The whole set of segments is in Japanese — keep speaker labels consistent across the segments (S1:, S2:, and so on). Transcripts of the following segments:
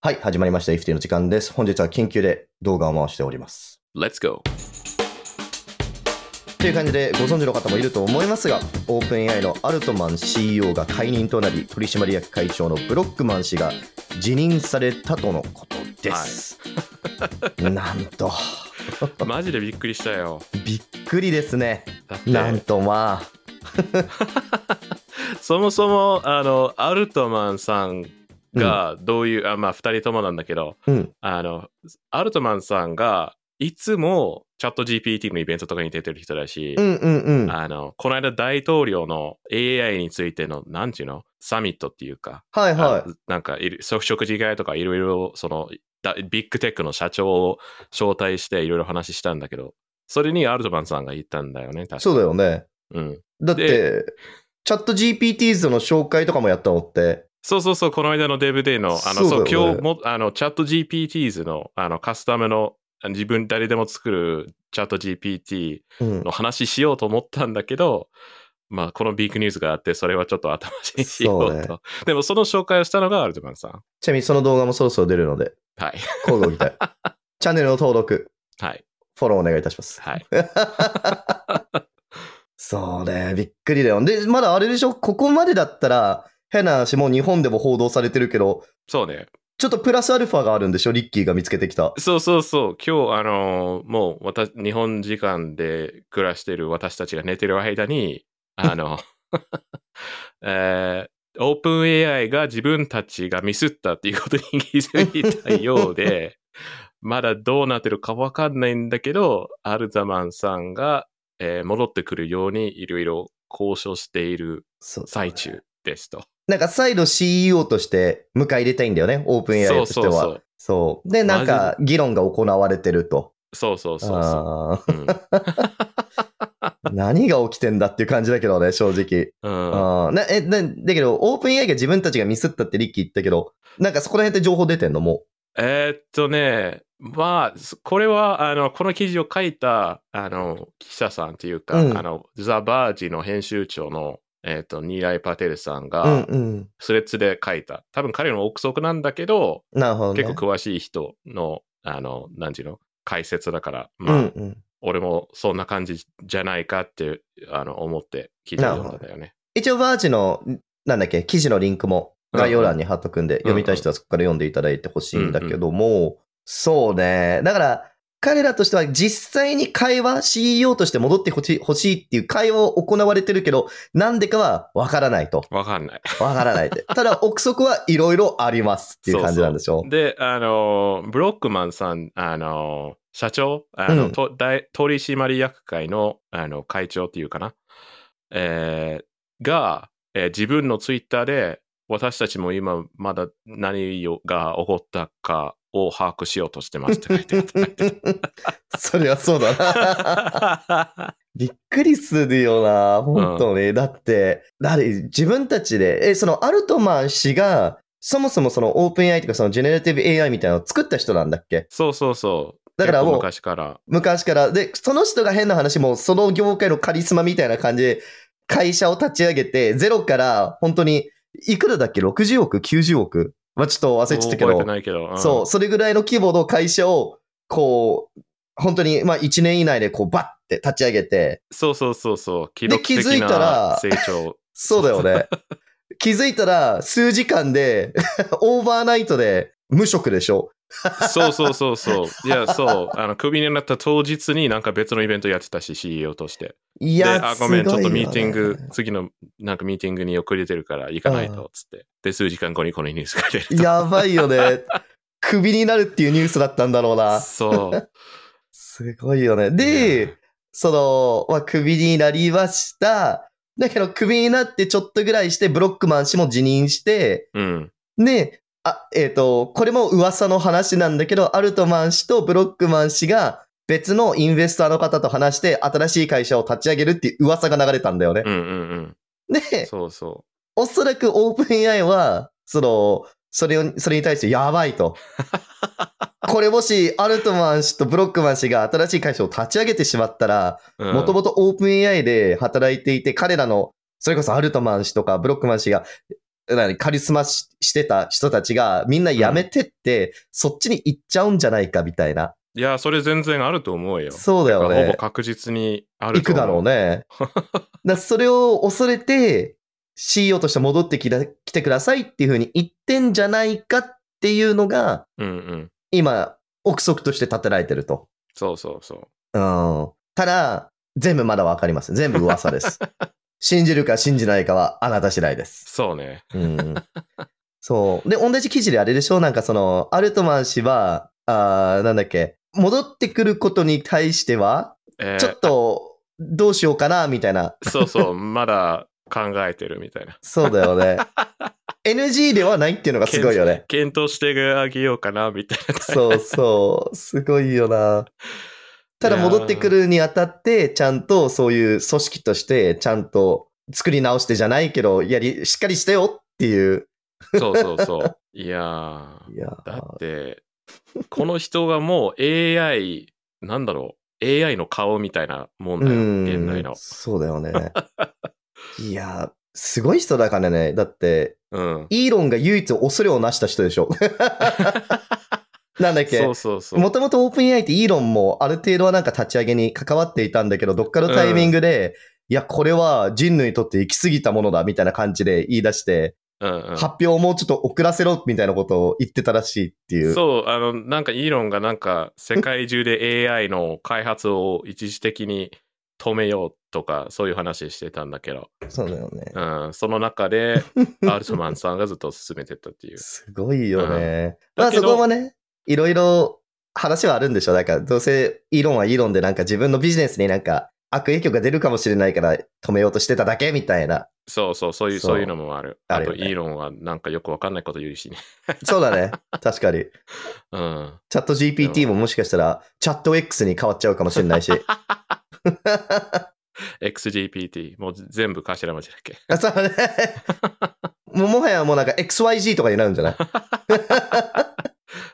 S1: はい、始まりました。FT の時間です。本日は緊急で動画を回しております。
S2: Let's go.
S1: という感じで、ご存知の方もいると思いますが、オープン AI のアルトマン CEO が解任となり、取締役会長のブロックマン氏が辞任されたとのことです。なんと、
S2: マジでびっくりしたよ。
S1: びっくりですね。
S2: だって
S1: なんとまあ、
S2: そもそもあのアルトマンさんがどういう、あまあ2人ともなんだけど
S1: うん、
S2: あのアルトマンさんがいつもチャット GPT のイベントとかに出てる人だし
S1: う、ん、うん、うん。は
S2: あのこの間大統領の AI についてのなんていうのサミットっていうか、
S1: いは
S2: あなんかいるそ食事会とかいろいろそのだビッグテックの社長を招待していろいろ話したんだけどそれにアルトマンさんが言ったんだよね確か
S1: い。そうだよね。
S2: うん、
S1: だって、チャット GPTs の紹介とかもやったのって、
S2: そうそうそう、この間のデブデイの、あの、
S1: そ
S2: そうう
S1: だよね
S2: 今日も、あの、チャット GPTs の、あの、カスタムの、あの自分誰でも作るチャット GPT
S1: うん
S2: の、話しようと思ったんだけど、まあ、このビッグニュースがあって、それはちょっと後回しにしよう
S1: そうね
S2: と。でも、その紹介をしたのがアルトマンさん。
S1: ちなみにその動画もそろそろ出るので、
S2: はい。
S1: 交互期待。チャンネルの登録、
S2: はい。
S1: フォローお願いいたします。
S2: はい。
S1: そうね、びっくりだよ。で、まだあれでしょ、ここまでだったら、変な話、もう日本でも報道されてるけど、
S2: そうね。
S1: ちょっとプラスアルファがあるんでしょ、リッキーが見つけてきた。
S2: そうそうそう。今日、あのーもう、私、日本時間で暮らしてる私たちが寝てる間に、あの、 えー、オープン AI が自分たちがミスったっていうことに気づいたよ うで、まだどうなってるかわかんないんだけど、アルザマンさんが、えー戻ってくるようにいろいろ交渉している
S1: そう
S2: 最中ですと。
S1: なんか再度 CEO として迎え入れたいんだよね、オープン AI としては。
S2: そうそう
S1: そうで、なんか議論が行われてると。
S2: そうそうそうそ
S1: あ
S2: う。うん
S1: ー何が起きてんだっていう感じだけどね、正直。
S2: うん、
S1: あーなえなだけど、オープン AI が自分たちがミスったってリッキー言ったけど、なんかそこら辺って情報出てんのも
S2: えーっとね、まあ、すこれは、あの、この記事を書いた、あの、記者さんっていうか、
S1: うん
S2: あの、ザ・バージの編集長の、えーっと、ニーライ・パテルさ
S1: う。
S2: ん
S1: うん
S2: が、
S1: うん。
S2: スレッズで書いた。多分彼の憶測なんだけど、
S1: なるほど、ね。
S2: 結構詳しい人の、あの、なんていうの解説だから、ま
S1: う
S2: あ、
S1: んうん。
S2: 俺もそんな感じじゃないかって、あの、思って聞いたんだよね。
S1: 一応、バーチの、なんだっけ、記事のリンクも概要欄に貼っとくんで、
S2: うんうん
S1: 読みたい人はそこから読んでいただいてほしいんだけども、そうね。だから、彼らとしては実際に会話、CEO として戻ってほしい欲しいっていう会話を行われてるけど、なんでかはわからないと。
S2: わかんない。
S1: わからない って。ただ、憶測はいろいろありますっていう感じなんでしょ
S2: で、あの、ブロックマンさん、あの、社長、あの、
S1: うん
S2: と大取締役会のあの会長っていうかな、えーが、えー自分のツイッターで、私たちも今まだ何をが起こったかを把握しようとしてますって書いてあった。
S1: そりゃそうだな。 びっくりするよな、本当に。だって、だれ自分たちで、え、そのアルトマン氏が、そもそもそのオープン AI とかそのジェネラティブ AI みたいなのを作った人なんだっけ
S2: そうそうそう。
S1: だからもう
S2: 結構昔から。
S1: 昔から。で、その人が変な話も、その業界のカリスマみたいな感じで、会社を立ち上げて、ゼロから本当に、いくらだっけ ?60 億 ?90 億まあ、ちょっと忘れちゃったけ
S2: 覚え
S1: ど
S2: て、ないけど。うん
S1: そう、それぐらいの規模の会社を、こう、本当に、まあ、1年以内でこう、バッて立ち上げて、
S2: そうそうそうそう。記録
S1: 気づい
S2: 的
S1: たら
S2: な成長。
S1: そうだよ ね。気づいたら、数時間で、 オーバーナイトで、無職でしょ
S2: そうそうそうそう。いや、そう。あの、クビになった当日になんか別のイベントやってたし、CEO として。
S1: い
S2: で、
S1: や、
S2: あ、ごめん、
S1: す
S2: ち
S1: ご
S2: ょっ
S1: い
S2: と
S1: よね
S2: ミーティング、次の、なんかミーティングに遅れてるから行かないと、つって。で、数時間後にこのニュースが出ると。
S1: やばいよ ね。クビになるっていうニュースだったんだろうな。
S2: そう。
S1: すごいよね。で、その、まあ、クビになりました。だけど、クビになってちょっとぐらいして、ブロックマン氏も辞任して、
S2: うん。
S1: で、あ、えっ、と、これも噂の話なんだけど、アルトマン氏とブロックマン氏が別のインベスターの方と話して、新しい会社を立ち上げるっていう噂が流れたんだよね
S2: う。んうん うん。
S1: で、
S2: そうそ
S1: おそらくオープン AI は、その、それを、それに対してやばい と。これもし、アルトマン氏とブロックマン氏が新しい会社を立ち上げてしまったら、
S2: う。
S1: もと
S2: も
S1: もとオープン AI で働いていて、彼らの、それこそアルトマン氏とかブロックマン氏が、何カリスマししてた人たちがみんな辞めてって、そっちに行っちゃうんじゃないかみたいな。
S2: いや、それ全然あると思うよ。
S1: そうだよ
S2: ほぼ
S1: ね。
S2: 確実にある
S1: 行
S2: と
S1: く
S2: 思
S1: だろう。 ね。だそれを恐れて CEO として戻ってきた来てくださいっていうふうに言ってんじゃないかっていうのが
S2: うんうん。
S1: 今、憶測として立てられてると。
S2: そうそうそう。
S1: うん。ただ、全部まだわかりません。全部噂 です。信じるか信じないかはあなた次第です。
S2: そうね。
S1: うん。そう。で、同じ記事であれでしょなんかその、アルトマン氏は、あーなんだっけ、戻ってくることに対しては、
S2: えー
S1: ちょっと、どうしようかな、みたいな。
S2: そうそう、まだ考えてるみたいな。
S1: そうだよ ね。NG ではないっていうの がすごいよね。
S2: 検討してあげようかな、みたいな。
S1: そうそう。すごいよな。ただ
S2: いやー
S1: 戻ってくるにあたって、ちゃんとそういう組織として、ちゃんと作り直してじゃないけど、やり、しっかりしてよっていう。
S2: そうそうそう。いやー。
S1: いやー
S2: だって、この人がもう AI、なんだろう、AI の顔みたいなもんだよ、現代の。
S1: そうだよ ね。いやー、すごい人だからね。だって、
S2: うん。
S1: イーロンが唯一恐れをなした人でし ょ。なんだっけ
S2: そうそうそう。
S1: もともとオープン AI ってイーロンもある程度はなんか立ち上げに関わっていたんだけど、どっかのタイミングで、いや、これは人類にとって行き過ぎたものだみたいな感じで言い出して、
S2: うんうん
S1: 発表をもうちょっと遅らせろみたいなことを言ってたらしいっていう。
S2: そう、あの、なんかイーロンがなんか世界中で AI の開発を一時的に止めようとか、そういう話してたんだけど、
S1: そうだよね。
S2: うん、その 中でアルトマンさんがずっと進めてったっていう。
S1: すごいよね。
S2: うん
S1: まあ
S2: だけ
S1: そ
S2: ど
S1: こもね、いろいろ話はあるんでしょ。なんかどうせイーロンはイーロンでなんか自分のビジネスになんか悪影響が出るかもしれないから止めようとしてただけみたいな。
S2: そうそう、そういう、
S1: そう
S2: そういうのもある。
S1: あ
S2: あ
S1: るよ
S2: と、
S1: ね
S2: イーロンはなんかよくわかんないこと言うしね。
S1: そうだね。確かに。
S2: うん。
S1: チャット GPT ももしかしたらチャット X に変わっちゃうかもしれ ないし。
S2: XGPT、もう全部頭文字だっけ。
S1: あそうだね。もうもはやもうなんか XYG とかになるんじゃ ない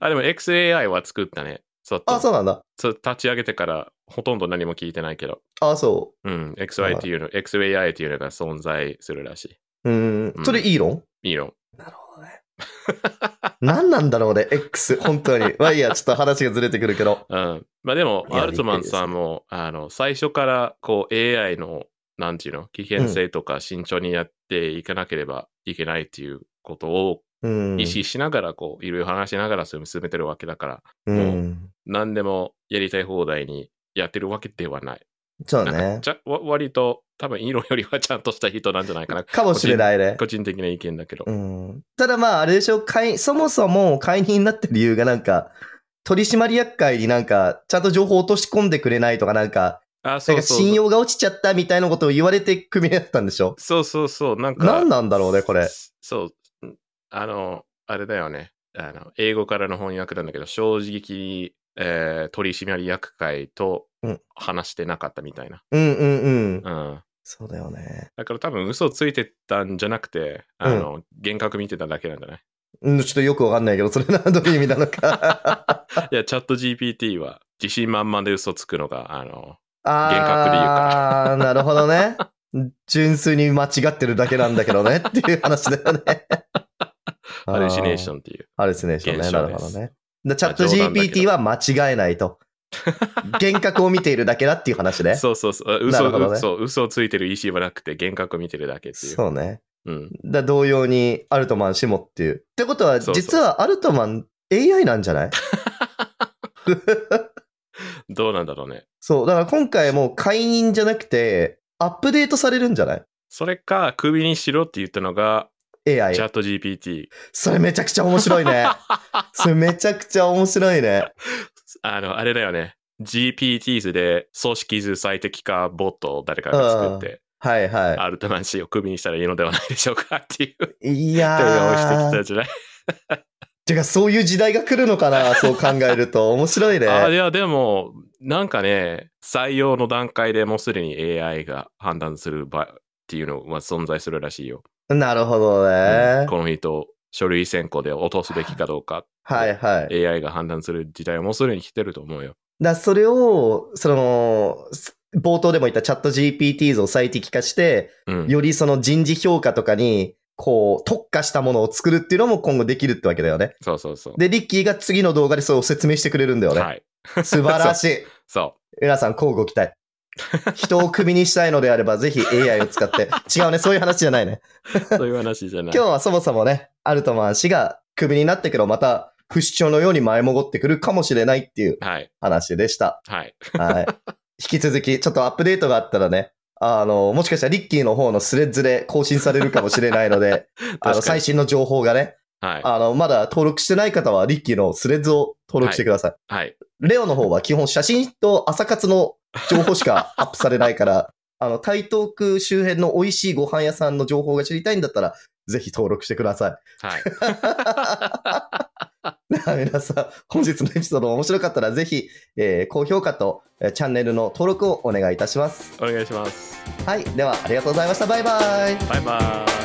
S2: あ、でも XAI は作ったね。ちょっと
S1: あ、そうなんだ。
S2: そう立ち上げてからほとんど何も聞いてないけど。
S1: あ、そ
S2: うん。XI っていうの、XAI っていうのが存在するらし
S1: う。うん
S2: う。ん
S1: それイーロン、
S2: い。イーロン。
S1: なるほどね。 何なんだろうね、X、本当に。まあいいや、ちょっと話がずれてくるけど。
S2: うん。まあでも、
S1: いや
S2: アルトマンさんも、あの、最初から、こう、AI の、なんていうの、危険性とか慎重にやっていかなければいけないっていうことを
S1: うん。
S2: 意識しながら、こう、いろいろ話しながら進めてるわけだから、
S1: うん。
S2: 何でもやりたい放題にやってるわけではない。
S1: そう
S2: なん
S1: ね
S2: か。ちゃわ割と、多分、イーロンよりはちゃんとした人なんじゃない かな。
S1: かもしれないね。
S2: 個人的な意見だけど。
S1: うん、ただまあ、あれでしょ解、そもそも解任になってる理由がなんか、取締役会になんか、ちゃんと情報を落とし込んでくれないとか、なんか、
S2: あ、そ
S1: なん
S2: う
S1: か
S2: そうそう。
S1: 信用が落ちちゃったみたいなことを言われて組み合ったんでしょ
S2: そうそうそう。なんか。
S1: 何なんだろうね、これ。
S2: そう。んあの、あれだよね。あの、英語からの翻訳なんだけど、正直、えー取締役会と
S1: うん
S2: 話してなかったみたいな。
S1: うんうんうん。
S2: うん。
S1: そうだよね。
S2: だから多分嘘ついてたんじゃなくて、あの、幻覚見てただけなんじゃない
S1: うん、ちょっとよくわかんないけど、それなどういう意味なのか。
S2: いや、チャット GPT は自信満々で嘘つくのが、あの、
S1: 幻
S2: 覚で言う
S1: あーなるほどね。純粋に間違ってるだけなんだけどねっていう話だよね。
S2: ハルシネーショ
S1: ン。
S2: ンっていう。
S1: ハルシネーションね。
S2: 現
S1: な
S2: 象
S1: る
S2: です
S1: ほどね。でチャット
S2: まあ冗談だけど
S1: GPT は間違えない と。幻覚を見ているだけだっていう話ね。
S2: そうそうそう。
S1: な
S2: 嘘、
S1: るほどね
S2: 嘘、嘘をついてる意思はなくて幻覚見てるだけっていう。う。
S1: そうね。
S2: ん。
S1: だ同様にアルトマン、シモっていう。ってことは、
S2: そうそう
S1: 実はアルトマン AI なんじゃない
S2: どうなんだろうね。
S1: そう。だから今回もう解任じゃなくて、アップデートされるんじゃない
S2: それか、クビにしろって言ったのが、
S1: ?AI
S2: チ。ャット GPT。
S1: それめちゃくちゃ面白い ね。それめちゃくちゃ面白いね。
S2: あの、あれだよね。GPT 図で組織図最適化ボットを誰かが作って、
S1: はいは
S2: アルトマン氏をクビにしたらいいのではないでしょうかっていう
S1: い。い
S2: 提案をして
S1: や
S2: き
S1: ー。
S2: たじゃない。
S1: てか、そういう時代が来るのか な、そう考えると。面白い
S2: あい
S1: ね。
S2: や、でも、なんかね、採用の段階でもうすでに AI が判断する場っていうのは存在するらしいよ。
S1: なるほど
S2: うん
S1: ね。
S2: この人、書類選考で落とすべきかどうか、
S1: はいはい。
S2: AI が判断する時代はもうすでに来てると思うよ。
S1: だそれを、その、冒頭でも言ったチャット GPT を最適化して、
S2: うん。
S1: よりその人事評価とかにこう、特化したものを作るっていうのも今後できるってわけだよね。
S2: そうそうそう。
S1: で、リッキーが次の動画でそれを説明してくれるんだよね。
S2: はい。
S1: 素晴らしい。
S2: そ
S1: 皆さん、こうご期待。人をクビにしたいのであれば、ぜひ AI を使って。違うね、そういう話じゃないね。
S2: う。そういう話じゃない。
S1: 今日はそもそもね、アルトマン氏がクビになってけど、また不死鳥のように舞い戻ってくるかもしれないっていう
S2: はい。
S1: 話でした。
S2: はい。
S1: はい。引き続き、ちょっとアップデートがあったらね、あの、もしかしたらリッキーの方のスレッズで更新されるかもしれないので、あの、
S2: 確かに
S1: 最新の情報がね、
S2: は
S1: あの、まだ登録してない方は、リッキーのスレッズを登録してください。
S2: い。はい。
S1: レオの方は基本写真と朝活の情報しかアップされないから、 あの、台東区周辺の美味しいご飯屋さんの情報が知りたいんだったら、ぜひ登録してください。
S2: はい。
S1: では皆さん、本日のエピソード面白かったら、ぜひ、えー高評価と、えーチャンネルの登録をお願いいたします。
S2: お願いします。
S1: はい。では、ありがとうございました。バイバイ。
S2: バイバーイ。